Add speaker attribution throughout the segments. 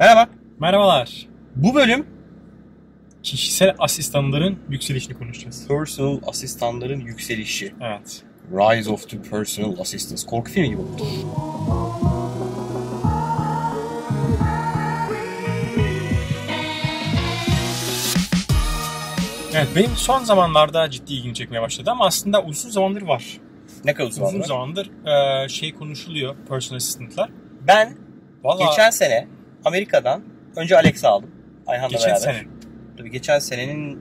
Speaker 1: He bak.
Speaker 2: Merhabalar.
Speaker 1: Bu bölüm
Speaker 2: Kişisel asistanların yükselişini konuşacağız.
Speaker 1: personal asistanların yükselişi.
Speaker 2: Evet.
Speaker 1: Rise of the Personal Assistants. Korku filmi gibi oldu.
Speaker 2: Evet benim son zamanlarda ciddi ilgimi çekmeye başladı ama aslında uzun zamandır var.
Speaker 1: Ne kadar uzun
Speaker 2: Uzun
Speaker 1: zaman.
Speaker 2: zamandır e, şey konuşuluyor personal assistantlar.
Speaker 1: Ben
Speaker 2: Valla
Speaker 1: geçen sene Amerika'dan önce Alexa aldım. Ayhan'la
Speaker 2: geçen
Speaker 1: beraber.
Speaker 2: sene.
Speaker 1: Tabii geçen senenin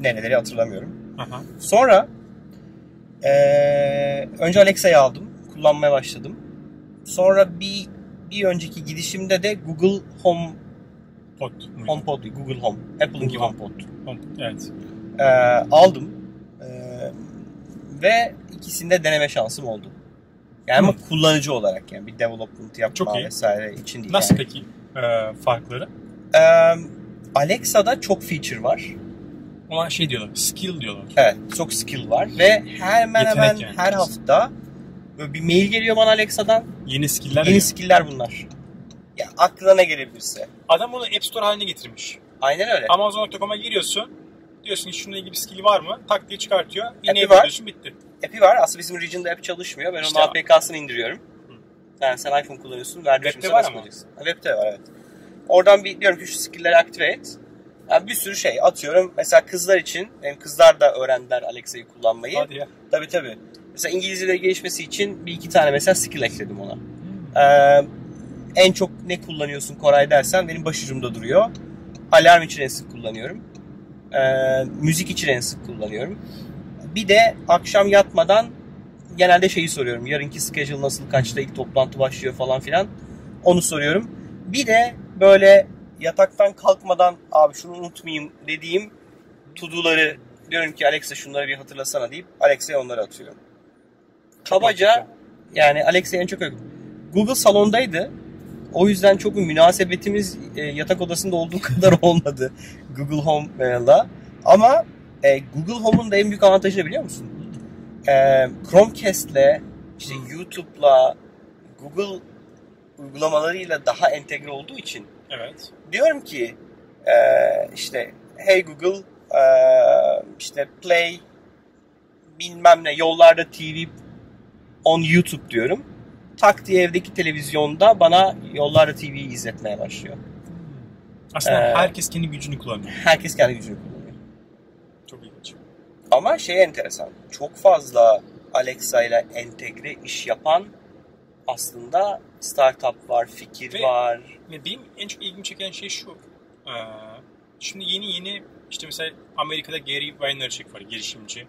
Speaker 1: nereleri hatırlamıyorum.
Speaker 2: Aha.
Speaker 1: Sonra eee, önce Alexa'yı aldım. Kullanmaya başladım. Sonra bir bir önceki gidişimde de Google Home,
Speaker 2: Pod. muydu?
Speaker 1: HomePod, Google Home, Apple'ınki
Speaker 2: Google.
Speaker 1: HomePod
Speaker 2: Pod, Evet.
Speaker 1: Ee, aldım Ee, ve ikisinde deneme şansım oldu. Yani ama kullanıcı olarak yani bir development yapma
Speaker 2: Çok iyi.
Speaker 1: vesaire için değil.
Speaker 2: Nasıl
Speaker 1: yani.
Speaker 2: peki e, farkları?
Speaker 1: Ee, Alexa'da çok feature var.
Speaker 2: Ona şey diyorlar. Skill diyorlar.
Speaker 1: Evet çok skill var ve hemen
Speaker 2: Yetenek
Speaker 1: hemen
Speaker 2: yani.
Speaker 1: her hafta böyle bir mail geliyor bana Alexa'dan.
Speaker 2: Yeni skill'ler.
Speaker 1: Yeni
Speaker 2: yani.
Speaker 1: skill'ler bunlar. Ya aklına ne gelebilirse.
Speaker 2: Adam bunu App Store haline getirmiş.
Speaker 1: Aynen öyle.
Speaker 2: Amazon.com'a giriyorsun. Diyorsun ki şununla ilgili bir skill var mı? Tak diye çıkartıyor. Yine
Speaker 1: App'i var.
Speaker 2: yapıyorsun bitti.
Speaker 1: App'i var. Aslında bizim region'da app çalışmıyor. Ben
Speaker 2: İşte
Speaker 1: onun APK'sını indiriyorum. Yani sen iPhone kullanıyorsun. Verdim
Speaker 2: Web'de
Speaker 1: şimdi
Speaker 2: var
Speaker 1: sana
Speaker 2: ama.
Speaker 1: söyleyeceksin. Ha, Web'de var evet. Oradan bir diyorum ki şu skill'leri aktive et. Yani bir sürü şey atıyorum. Mesela kızlar için. Benim kızlar da öğrendiler Alexa'yı kullanmayı.
Speaker 2: Hadi ya.
Speaker 1: Tabii tabii. Mesela İngilizceleri gelişmesi için bir iki tane mesela skill ekledim ona. Ee, en çok ne kullanıyorsun Koray dersen benim başucumda duruyor. Alarm için en sık kullanıyorum. Ee, müzik için en sık kullanıyorum. Bir de akşam yatmadan genelde şeyi soruyorum. Yarınki schedule nasıl, kaçta ilk toplantı başlıyor falan filan. Onu soruyorum. Bir de böyle yataktan kalkmadan abi şunu unutmayayım dediğim to-do'ları diyorum ki Alexa şunları bir hatırlasana deyip Alexa'ya onları atıyorum. Kabaca yani Alexa'ya en çok öykü. Google salondaydı. O yüzden çok bir münasebetimiz e, yatak odasında olduğu kadar olmadı Google Home'la. Ama e, Google Home'un da en büyük avantajı ne biliyor musun? E, Chromecast'le, işte YouTube'la, Google uygulamalarıyla daha entegre olduğu için
Speaker 2: Evet.
Speaker 1: diyorum ki e, işte hey Google e, işte play bilmem ne yollarda TV on YouTube diyorum. Tak diye evdeki televizyonda bana yollarda TV'yi izletmeye başlıyor.
Speaker 2: Aslında
Speaker 1: Ee,
Speaker 2: herkes kendi gücünü kullanıyor.
Speaker 1: Herkes kendi gücünü kullanıyor.
Speaker 2: Çok ilginç.
Speaker 1: Ama şey enteresan. Çok fazla Alexa ile entegre iş yapan aslında startup var, fikir
Speaker 2: Ve-
Speaker 1: var.
Speaker 2: Ve benim en çok ilgimi çeken şey şu. Ee, şimdi yeni yeni işte mesela Amerika'da Gary Vaynerchuk var girişimci.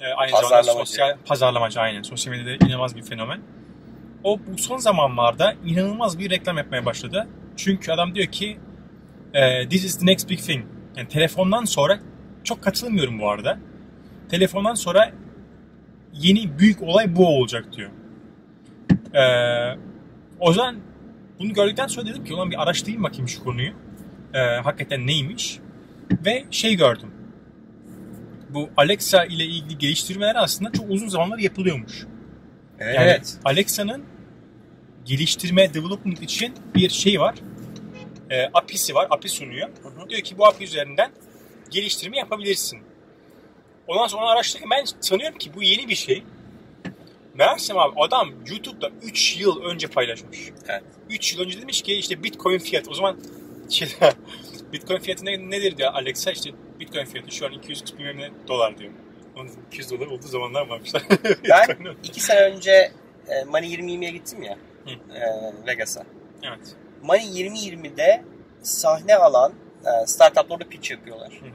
Speaker 2: Ee, aynı zamanda
Speaker 1: Pazarlamacı.
Speaker 2: sosyal pazarlamacı aynen. Sosyal medyada inanılmaz bir fenomen. O bu son zamanlarda inanılmaz bir reklam yapmaya başladı. Çünkü adam diyor ki e, this is the next big thing. Yani telefondan sonra çok katılmıyorum bu arada. Telefondan sonra yeni büyük olay bu olacak diyor. Ee, o yüzden bunu gördükten sonra dedim ki ulan bir araştırayım bakayım şu konuyu. Ee, hakikaten neymiş? Ve şey gördüm. Bu Alexa ile ilgili geliştirmeler aslında çok uzun zamanlar yapılıyormuş. Yani Alexa'nın geliştirme, development için bir şey var. Ee, API'si var. API sunuyor. Diyor ki bu API üzerinden geliştirme yapabilirsin. Ondan sonra onu araştırırken ben sanıyorum ki bu yeni bir şey. Meğersem abi adam YouTube'da 3 yıl önce paylaşmış.
Speaker 1: Evet.
Speaker 2: 3 yıl önce demiş ki işte Bitcoin fiyatı. O zaman şey, Bitcoin fiyatı ne- nedir diyor Alexa işte Bitcoin fiyatı şu an 200 bilmem ne dolar diyor. Onun 200 dolar olduğu zamanlar varmışlar.
Speaker 1: Ben iki sene önce e, Money 2020'ye gittim ya.
Speaker 2: Hı.
Speaker 1: E, Vegas'a.
Speaker 2: Evet.
Speaker 1: Money 2020'de sahne alan e, startuplarda pitch yapıyorlar.
Speaker 2: Hı hı.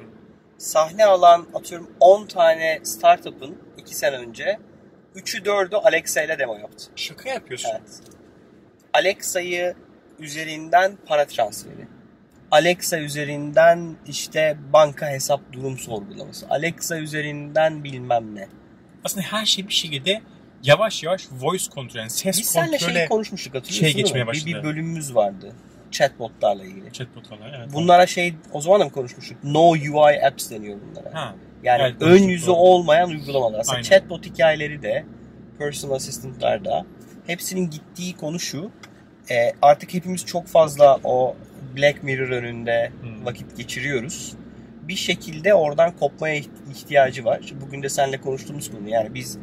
Speaker 1: Sahne alan atıyorum 10 tane startup'ın 2 sene önce 3'ü 4'ü Alexa ile demo yaptı.
Speaker 2: Şaka yapıyorsun.
Speaker 1: Evet. Alexa'yı üzerinden para transferi. Alexa üzerinden işte banka hesap durum sorgulaması. Alexa üzerinden bilmem ne.
Speaker 2: Aslında her şey bir şekilde yavaş yavaş voice kontrol yani ses
Speaker 1: Biz seninle
Speaker 2: kontrolü
Speaker 1: şey konuşmuştuk hatırlıyorsun
Speaker 2: şey geçmeye
Speaker 1: değil mi? Bir- Bir,
Speaker 2: başladı.
Speaker 1: bölümümüz vardı chatbotlarla ilgili.
Speaker 2: chatbotlarla evet.
Speaker 1: Bunlara şey o zaman da mı konuşmuştuk? No UI apps deniyor bunlara.
Speaker 2: ha.
Speaker 1: Yani
Speaker 2: Evet,
Speaker 1: ön
Speaker 2: konuştuk,
Speaker 1: yüzü
Speaker 2: doğru.
Speaker 1: olmayan uygulamalar. Aslında
Speaker 2: Aynen.
Speaker 1: chatbot hikayeleri de personal assistant'lar da hepsinin gittiği konu şu. e, artık hepimiz çok fazla o Black Mirror önünde
Speaker 2: Hmm.
Speaker 1: vakit geçiriyoruz. Bir şekilde oradan kopmaya iht- ihtiyacı var. Bugün de seninle konuştuğumuz konu. Yani biz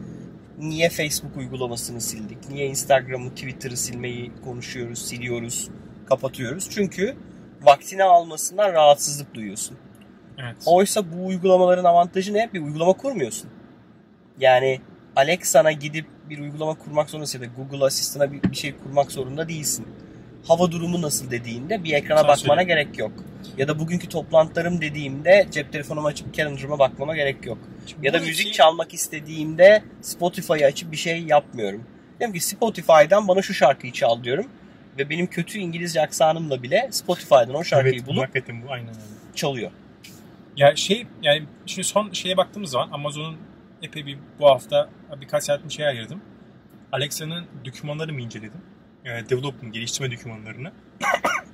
Speaker 1: niye Facebook uygulamasını sildik? Niye Instagram'ı, Twitter'ı silmeyi konuşuyoruz, siliyoruz, kapatıyoruz? Çünkü vaktini almasından rahatsızlık duyuyorsun.
Speaker 2: Evet.
Speaker 1: Oysa bu uygulamaların avantajı ne? Bir uygulama kurmuyorsun. Yani Alexa'na gidip bir uygulama kurmak zorundasın ya da Google Asistan'a bir, bir şey kurmak zorunda değilsin. Hava durumu nasıl dediğinde bir ekrana
Speaker 2: Sen
Speaker 1: bakmana gerek yok. Ya da bugünkü toplantılarım dediğimde cep telefonumu açıp calendar'ıma bakmama gerek yok.
Speaker 2: Şimdi
Speaker 1: Ya da
Speaker 2: bu şey-
Speaker 1: müzik
Speaker 2: iki-
Speaker 1: çalmak istediğimde Spotify'ı açıp bir şey yapmıyorum. Diyorum ki Spotify'dan bana şu şarkıyı çal diyorum. Ve benim kötü İngilizce aksanımla bile Spotify'dan o şarkıyı
Speaker 2: evet, bu
Speaker 1: bulup
Speaker 2: Hakikaten bu aynen öyle.
Speaker 1: çalıyor.
Speaker 2: Ya şey yani şimdi son şeye baktığımız zaman Amazon'un epey bir bu hafta birkaç saatini şeye ayırdım. Alexa'nın dokümanlarını mı inceledim? Yani development, geliştirme dokümanlarını.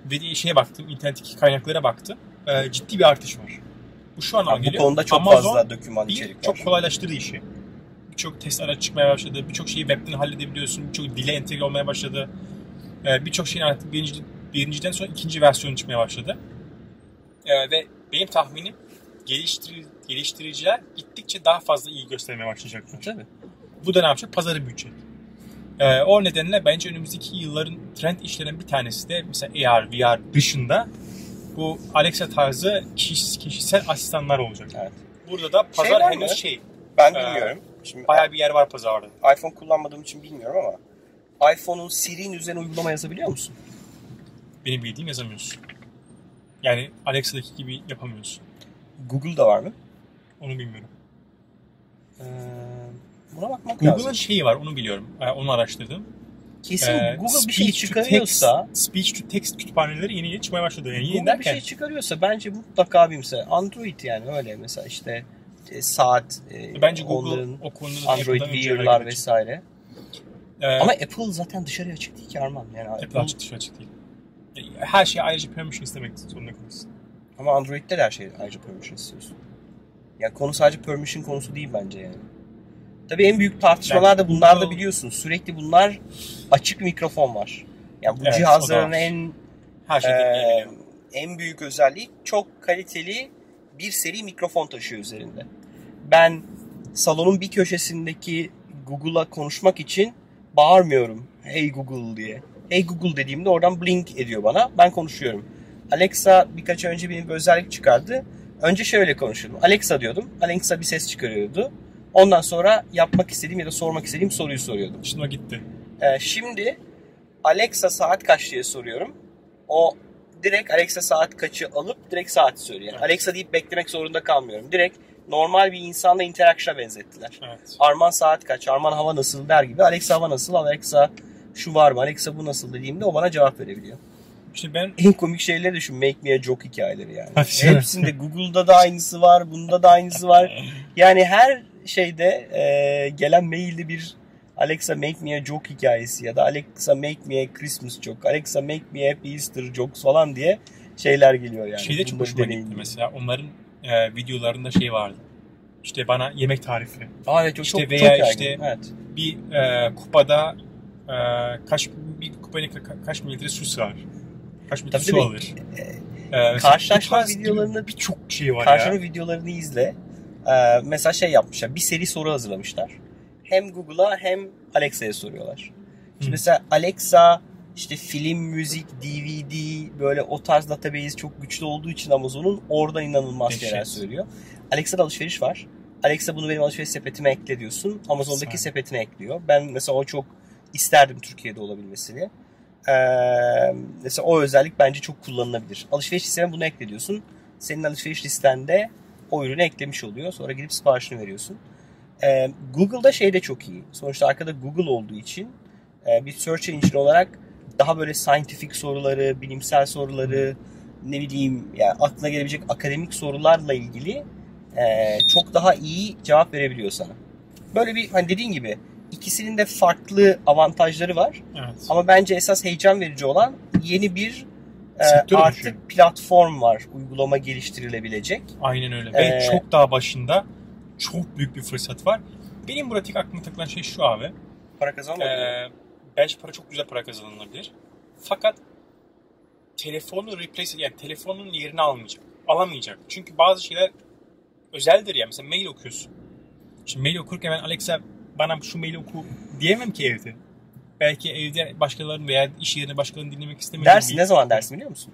Speaker 2: Ve de şeye baktım, internetteki kaynaklara baktım. Ee, ciddi bir artış var. Bu şu anlama
Speaker 1: Yani bu
Speaker 2: geliyor.
Speaker 1: konuda çok
Speaker 2: Amazon,
Speaker 1: fazla doküman
Speaker 2: bir,
Speaker 1: içerik var.
Speaker 2: çok kolaylaştırdı işi. Birçok test araç çıkmaya başladı. Birçok şeyi webden halledebiliyorsun. Birçok dile entegre olmaya başladı. Ee, Birçok şeyin artık birinci, birinciden sonra ikinci versiyonu çıkmaya başladı. Ee, ve benim tahminim geliştir, geliştiriciler gittikçe daha fazla iyi göstermeye başlayacaklar.
Speaker 1: Tabii.
Speaker 2: Bu da ne yapacak? Pazarı büyütecek. Ee, o nedenle bence önümüzdeki yılların trend işlerinden bir tanesi de mesela AR, VR dışında bu Alexa tarzı kişi- kişisel asistanlar olacak.
Speaker 1: Evet.
Speaker 2: Burada da pazar
Speaker 1: Şey var
Speaker 2: henüz
Speaker 1: mı?
Speaker 2: şey, Ee,
Speaker 1: Ben bilmiyorum. Şimdi
Speaker 2: bayağı bir yer var pazarda.
Speaker 1: iPhone kullanmadığım için bilmiyorum ama iPhone'un Siri'nin üzerine uygulama yazabiliyor musun?
Speaker 2: Benim bildiğim yazamıyorsun. Yani Alexa'daki gibi yapamıyorsun.
Speaker 1: Google'da var mı?
Speaker 2: Onu bilmiyorum.
Speaker 1: Ee, buna bakmak
Speaker 2: Google'ın
Speaker 1: lazım.
Speaker 2: şeyi var onu biliyorum. Ee, onu araştırdım.
Speaker 1: Kesin
Speaker 2: Ee,
Speaker 1: Google bir
Speaker 2: speech
Speaker 1: şey
Speaker 2: to
Speaker 1: çıkarıyorsa
Speaker 2: text- speech to text kütüphaneleri yeni yeni çıkmaya başladı. Yani yeni
Speaker 1: Google bir
Speaker 2: derken
Speaker 1: şey çıkarıyorsa bence mutlaka bilimse Android yani öyle mesela işte e, saat e,
Speaker 2: bence Google
Speaker 1: onların
Speaker 2: o konuda da
Speaker 1: Android
Speaker 2: Apple'dan önce
Speaker 1: Wear'lar
Speaker 2: hareket edecek.
Speaker 1: vesaire.
Speaker 2: Ee,
Speaker 1: Ama Apple zaten dışarıya çıktı ki Arman. Yani
Speaker 2: Apple açık dışı açık değil. Ee, Her şey ayrıca permission istemek zorunda kalırsın.
Speaker 1: Ama Android'de de her şey ayrıca permission istiyorsun. Yani konu sadece permission konusu değil bence yani. Tabii en büyük tartışmalar da bunlar da biliyorsun. Sürekli bunlar açık mikrofon var. Yani bu
Speaker 2: Evet, o
Speaker 1: cihazların
Speaker 2: da var.
Speaker 1: en
Speaker 2: Her şey
Speaker 1: e,
Speaker 2: ee,
Speaker 1: en büyük özelliği çok kaliteli bir seri mikrofon taşıyor üzerinde. Ben salonun bir köşesindeki Google'a konuşmak için bağırmıyorum. Hey Google diye. Hey Google dediğimde oradan blink ediyor bana. Ben konuşuyorum. Alexa birkaç ay önce benim bir özellik çıkardı. Önce şöyle konuşuyordum. Alexa diyordum. Alexa bir ses çıkarıyordu. Ondan sonra yapmak istediğim ya da sormak istediğim soruyu soruyordum.
Speaker 2: Şimdi o gitti.
Speaker 1: Ee, şimdi Alexa saat kaç diye soruyorum. O direkt Alexa saat kaçı alıp direkt saati söylüyor. Yani
Speaker 2: Evet.
Speaker 1: Alexa deyip beklemek zorunda kalmıyorum. Direkt normal bir insanla interaction'a benzettiler.
Speaker 2: Evet.
Speaker 1: Arman saat kaç, Arman hava nasıl der gibi Alexa hava nasıl, Alexa şu var mı, Alexa bu nasıl dediğimde o bana cevap verebiliyor.
Speaker 2: İşte ben
Speaker 1: En komik şeyleri düşün. Make me a joke hikayeleri yani.
Speaker 2: Hadi canım.
Speaker 1: Hepsinde Google'da da aynısı var, bunda da aynısı var. Yani her şeyde e, gelen mailde bir Alexa make me a joke hikayesi ya da Alexa make me a Christmas joke, Alexa make me a happy Easter jokes falan diye şeyler geliyor yani.
Speaker 2: Şeyde Şey çok
Speaker 1: Bunları
Speaker 2: hoşuma
Speaker 1: deneyimleyin.
Speaker 2: gitti mesela. Onların e, videolarında şey vardı. İşte bana yemek tarifi.
Speaker 1: Aa, evet, çok,
Speaker 2: İşte
Speaker 1: çok,
Speaker 2: veya
Speaker 1: çok yaygın.
Speaker 2: işte-
Speaker 1: Evet.
Speaker 2: Bir e, kupada e, kaç bir kupaya ka- kaç mililitre su sığar? Kaç mililitre su
Speaker 1: Tabii tabii.
Speaker 2: alır?
Speaker 1: E,
Speaker 2: E,
Speaker 1: karşılaşma
Speaker 2: bu tarz gibi
Speaker 1: videolarında
Speaker 2: birçok şey var
Speaker 1: Karşının
Speaker 2: ya.
Speaker 1: videolarını izle. Ee, mesela şey yapmışlar. Bir seri soru hazırlamışlar. Hem Google'a hem Alexa'ya soruyorlar. Şimdi
Speaker 2: Hı.
Speaker 1: mesela Alexa işte film, müzik, DVD böyle o tarz database çok güçlü olduğu için Amazon'un oradan inanılmaz
Speaker 2: Dehşet.
Speaker 1: şeyler söylüyor. Alexa'da alışveriş var. Alexa bunu benim alışveriş sepetime ekle diyorsun. Amazon'daki
Speaker 2: Efsane.
Speaker 1: sepetine ekliyor. Ben mesela o çok isterdim Türkiye'de olabilmesini. Ee, mesela o özellik bence çok kullanılabilir. Alışveriş listene bunu ekle diyorsun. Senin alışveriş listende o ürünü eklemiş oluyor. Sonra gidip siparişini veriyorsun. Ee, Google'da şey de çok iyi. Sonuçta arkada Google olduğu için e, bir search engine olarak daha böyle scientific soruları, bilimsel soruları, ne bileyim yani aklına gelebilecek akademik sorularla ilgili e, çok daha iyi cevap verebiliyor sana. Böyle bir hani dediğin gibi ikisinin de farklı avantajları var.
Speaker 2: Evet.
Speaker 1: Ama bence esas heyecan verici olan yeni bir e,
Speaker 2: Sektör
Speaker 1: artık
Speaker 2: oluşuyor.
Speaker 1: platform var. Uygulama geliştirilebilecek.
Speaker 2: Aynen öyle. Ve
Speaker 1: Ee,
Speaker 2: çok daha başında çok büyük bir fırsat var. Benim burada tek aklıma takılan şey şu abi.
Speaker 1: Para kazanmak.
Speaker 2: Ee, bence para çok güzel para kazanılabilir. Fakat telefonu replace yani telefonun yerini almayacak. Alamayacak. Çünkü bazı şeyler özeldir ya. Mesela mail okuyorsun. Şimdi mail okurken ben Alexa bana şu maili oku diyemem ki evde. Belki evde başkalarının veya iş yerine başkalarını dinlemek istemiyorum.
Speaker 1: Dersin ne zaman dersin biliyor musun?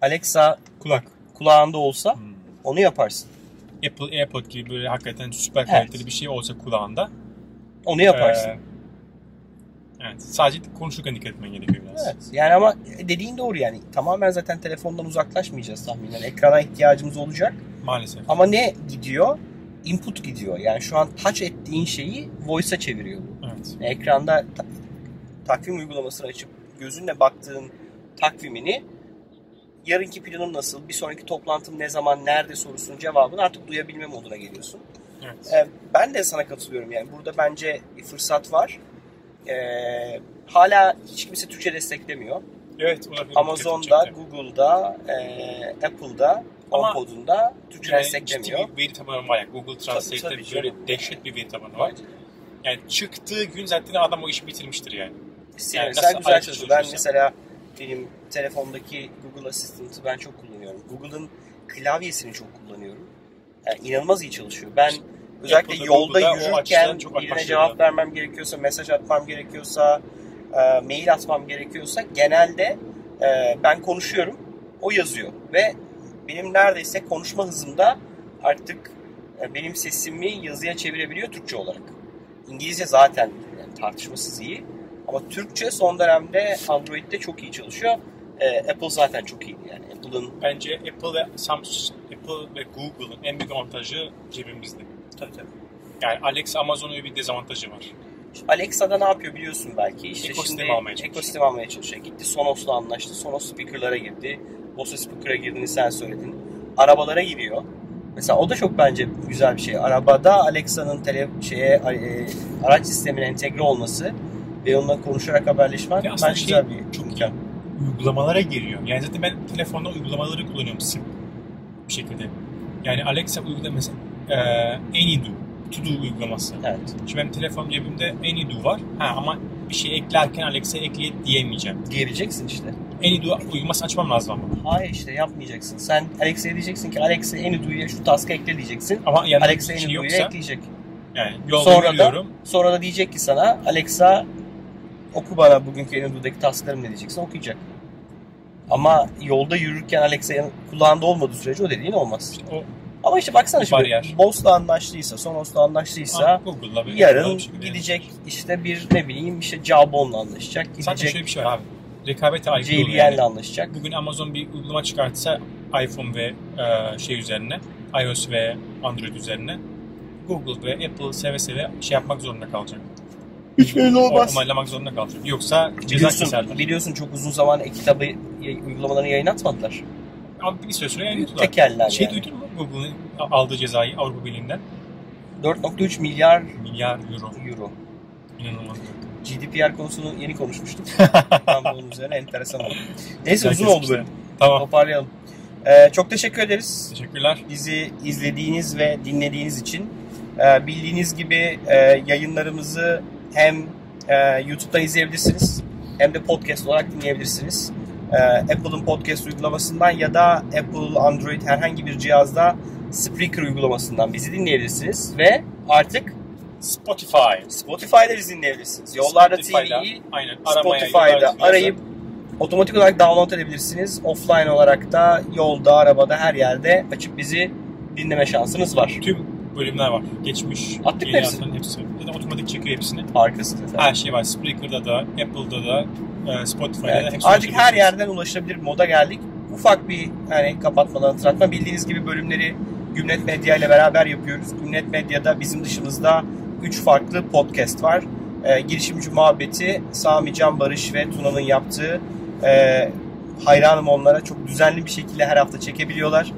Speaker 1: Alexa
Speaker 2: Kulak.
Speaker 1: kulağında olsa
Speaker 2: Hmm.
Speaker 1: onu yaparsın.
Speaker 2: Apple AirPod gibi böyle hakikaten süper
Speaker 1: Evet.
Speaker 2: kaliteli bir şey olsa kulağında.
Speaker 1: Onu yaparsın.
Speaker 2: Ee, evet. Sadece konuşurken dikkat etmen gerekiyor biraz.
Speaker 1: Evet. Yani ama dediğin doğru yani. Tamamen zaten telefondan uzaklaşmayacağız tahminen. Ekrana ihtiyacımız olacak.
Speaker 2: Maalesef.
Speaker 1: Ama ne gidiyor? Input gidiyor. Yani şu an touch ettiğin şeyi voice'a çeviriyor bu.
Speaker 2: Evet.
Speaker 1: Yani ekranda ta- takvim uygulamasını açıp gözünle baktığın takvimini yarınki planım nasıl, bir sonraki toplantım ne zaman, nerede sorusunun cevabını artık duyabilme moduna geliyorsun.
Speaker 2: Evet.
Speaker 1: Ee, ben de sana katılıyorum yani. Burada bence bir fırsat var. Ee, hala hiç kimse Türkçe desteklemiyor.
Speaker 2: Evet, olabilir.
Speaker 1: Amazon'da, Google'da, e, Apple'da,
Speaker 2: Ama-
Speaker 1: HomePod'unda Türkçe
Speaker 2: Yani
Speaker 1: desteklemiyor.
Speaker 2: ciddi bir veri tabanı var. Yani Google Translate'de
Speaker 1: tabii
Speaker 2: böyle
Speaker 1: canım.
Speaker 2: dehşet bir veri tabanı var. Yani çıktığı gün zaten adam o işi bitirmiştir yani.
Speaker 1: Yani
Speaker 2: nasıl
Speaker 1: mesela güzel
Speaker 2: ayrıca
Speaker 1: çalışıyor. Ben
Speaker 2: çalışıyorsa.
Speaker 1: mesela benim telefondaki Google Assistant'ı ben çok kullanıyorum. Google'ın klavyesini çok kullanıyorum. Yani inanılmaz iyi çalışıyor. Ben özellikle
Speaker 2: Apple'da,
Speaker 1: yolda
Speaker 2: Google'da o
Speaker 1: yürürken
Speaker 2: açıdan çok
Speaker 1: birine
Speaker 2: apaçlı
Speaker 1: cevap
Speaker 2: bir-
Speaker 1: vermem gerekiyorsa, mesaj atmam gerekiyorsa, e, mail atmam gerekiyorsa genelde e, ben konuşuyorum, o yazıyor ve benim neredeyse konuşma hızımda artık e, benim sesimi yazıya çevirebiliyor Türkçe olarak. İngilizce zaten yani tartışmasız iyi. Ama Türkçe son dönemde Android'de çok iyi çalışıyor. Ee, Apple zaten çok iyiydi yani. Apple'ın
Speaker 2: Bence Apple ve Samsung, Apple ve Google'ın en büyük avantajı cebimizde. Tabii tabii. Yani Alex Amazon'un öyle bir dezavantajı var.
Speaker 1: Alexa'da ne yapıyor biliyorsun belki. İşte
Speaker 2: Ekosistemi
Speaker 1: şimdi
Speaker 2: almaya çalışıyor.
Speaker 1: ekosistem almaya çalışıyor. Gitti Sonos'la anlaştı. Sonos speaker'lara girdi. Bose speaker'a girdiğini sen söyledin. Arabalara giriyor. Mesela o da çok bence güzel bir şey. Arabada Alexa'nın tele, şeye, e, araç sistemine entegre olması ve onunla konuşarak haberleşmen
Speaker 2: Ve aslında
Speaker 1: bence
Speaker 2: şey-
Speaker 1: güzel bir çok imkan.
Speaker 2: Uygulamalara giriyor. Yani zaten ben telefonda uygulamaları kullanıyorum sim bir şekilde. Yani Alexa uygulaması, e, AnyDo, To Do uygulaması.
Speaker 1: Evet.
Speaker 2: Şimdi benim telefon cebimde AnyDo var. Ha, ama bir şey eklerken Alexa ekle diyemeyeceğim.
Speaker 1: Diyebileceksin işte.
Speaker 2: AnyDo uygulaması açmam lazım ama.
Speaker 1: Hayır işte yapmayacaksın. Sen Alexa'ya diyeceksin ki Alexa Anydo'ya şu task'ı ekle diyeceksin.
Speaker 2: Ama yanında
Speaker 1: Alexa
Speaker 2: bir şey
Speaker 1: Anydo'ya
Speaker 2: yoksa
Speaker 1: ekleyecek.
Speaker 2: yani yolda
Speaker 1: Sonra da-
Speaker 2: yürüyorum.
Speaker 1: Sonra da diyecek ki sana Alexa oku bana bugünkü Anydo'daki tasklarım ne diyeceksin okuyacak. Ama yolda yürürken Alexa'nın kulağında olmadığı sürece o dediğin olmaz.
Speaker 2: O
Speaker 1: Ama işte baksana şimdi
Speaker 2: Bariyer.
Speaker 1: Bose'la anlaştıysa, Sonos'la anlaştıysa
Speaker 2: Ha, Google'la bir Google'la
Speaker 1: yarın
Speaker 2: bir şey
Speaker 1: gidecek işte bir ne bileyim işte Jawbone'la anlaşacak,
Speaker 2: Yani. Zaten şöyle
Speaker 1: gidecek
Speaker 2: bir şey var abi. Rekabete aykırı oluyor.
Speaker 1: JBL'le
Speaker 2: Yani.
Speaker 1: anlaşacak.
Speaker 2: Bugün Amazon bir uygulama çıkartsa iPhone ve e, şey üzerine, iOS ve Android üzerine Google ve Apple seve seve şey yapmak zorunda kalacak.
Speaker 1: Hiç belli olmaz.
Speaker 2: Onaylamak zorunda kalacak. Yoksa ceza
Speaker 1: Biliyorsun,
Speaker 2: keserler.
Speaker 1: biliyorsun çok uzun zaman e-kitabı y- uygulamalarını yayınlatmadılar.
Speaker 2: Abi bir süre sonra yayınladılar.
Speaker 1: Tekeller
Speaker 2: Şey
Speaker 1: yani.
Speaker 2: duydun mu Google'ın aldığı cezayı Avrupa Birliği'nden?
Speaker 1: 4.3 milyar
Speaker 2: Milyar euro.
Speaker 1: euro.
Speaker 2: İnanılmaz.
Speaker 1: GDPR konusunu yeni konuşmuştuk. Tam bunun üzerine enteresan oldu. Neyse uzun
Speaker 2: Herkes şey-
Speaker 1: oldu böyle.
Speaker 2: Tamam.
Speaker 1: Toparlayalım. Ee, çok teşekkür ederiz.
Speaker 2: Teşekkürler.
Speaker 1: Bizi izlediğiniz ve dinlediğiniz için. Ee, bildiğiniz gibi e, yayınlarımızı hem e, YouTube'dan izleyebilirsiniz hem de podcast olarak dinleyebilirsiniz. Ee, Apple'ın podcast uygulamasından ya da Apple, Android herhangi bir cihazda Spreaker uygulamasından bizi dinleyebilirsiniz ve artık
Speaker 2: Spotify.
Speaker 1: Spotify'da bizi dinleyebilirsiniz. Yollarda
Speaker 2: Spotify'da,
Speaker 1: TV'yi
Speaker 2: aynen, aramaya,
Speaker 1: Spotify'da
Speaker 2: yollarda
Speaker 1: arayıp otomatik olarak download edebilirsiniz. Offline olarak da yolda, arabada, her yerde açıp bizi dinleme şansınız var.
Speaker 2: tüm bölümler var. Geçmiş,
Speaker 1: Attık mı
Speaker 2: yeni
Speaker 1: hepsini?
Speaker 2: atılan hepsi. Zaten otomatik çekiyor hepsini.
Speaker 1: Harikasınız. efendim.
Speaker 2: Her şey var. Spreaker'da da, Apple'da da, e, Spotify'da da
Speaker 1: Evet.
Speaker 2: hepsi.
Speaker 1: Artık her
Speaker 2: yer.
Speaker 1: yerden ulaşılabilir bir moda geldik. Ufak bir hani kapatmadan hatırlatma. Bildiğiniz gibi bölümleri Gümlet Medya ile beraber yapıyoruz. Gümlet Medya'da bizim dışımızda 3 farklı podcast var. Ee, girişimci Muhabbeti, Sami Can Barış ve Tuna'nın yaptığı e, hayranım onlara. Çok düzenli bir şekilde her hafta çekebiliyorlar.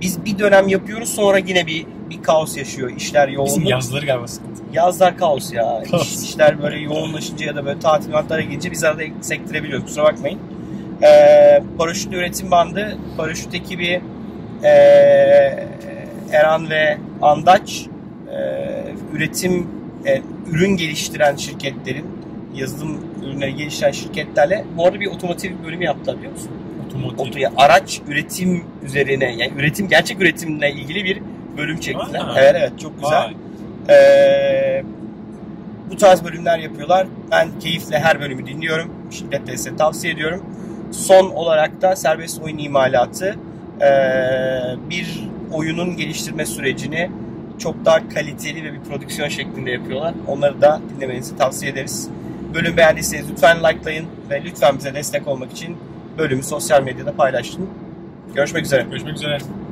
Speaker 1: Biz bir dönem yapıyoruz sonra yine bir bir kaos yaşıyor. İşler
Speaker 2: Bizim
Speaker 1: yoğunluk.
Speaker 2: yazıları galiba sıkıntı.
Speaker 1: Yazlar kaos ya. İş-
Speaker 2: Kaos.
Speaker 1: işler böyle yoğunlaşınca ya da böyle tatilatlara gelince biz arada sektirebiliyoruz. Kusura bakmayın. Ee, paraşüt üretim bandı. Paraşüt ekibi ee, Eren ve Andaç ee, üretim e, ürün geliştiren şirketlerin yazılım ürünleri geliştiren şirketlerle bu arada bir otomotiv bölümü yaptılar biliyor musun?
Speaker 2: Otomotiv.
Speaker 1: Otu, ya araç üretim üzerine yani üretim gerçek üretimle ilgili bir bölüm çektiler.
Speaker 2: Aa.
Speaker 1: Evet evet çok güzel.
Speaker 2: Vay.
Speaker 1: Ee, bu tarz bölümler yapıyorlar. Ben keyifle her bölümü dinliyorum. Şiddetle size tavsiye ediyorum. Son olarak da serbest oyun imalatı ee, bir oyunun geliştirme sürecini çok daha kaliteli ve bir prodüksiyon şeklinde yapıyorlar. Onları da dinlemenizi tavsiye ederiz. Bölüm beğendiyseniz lütfen likelayın ve lütfen bize destek olmak için bölümü sosyal medyada paylaşın. Görüşmek üzere.
Speaker 2: Görüşmek üzere.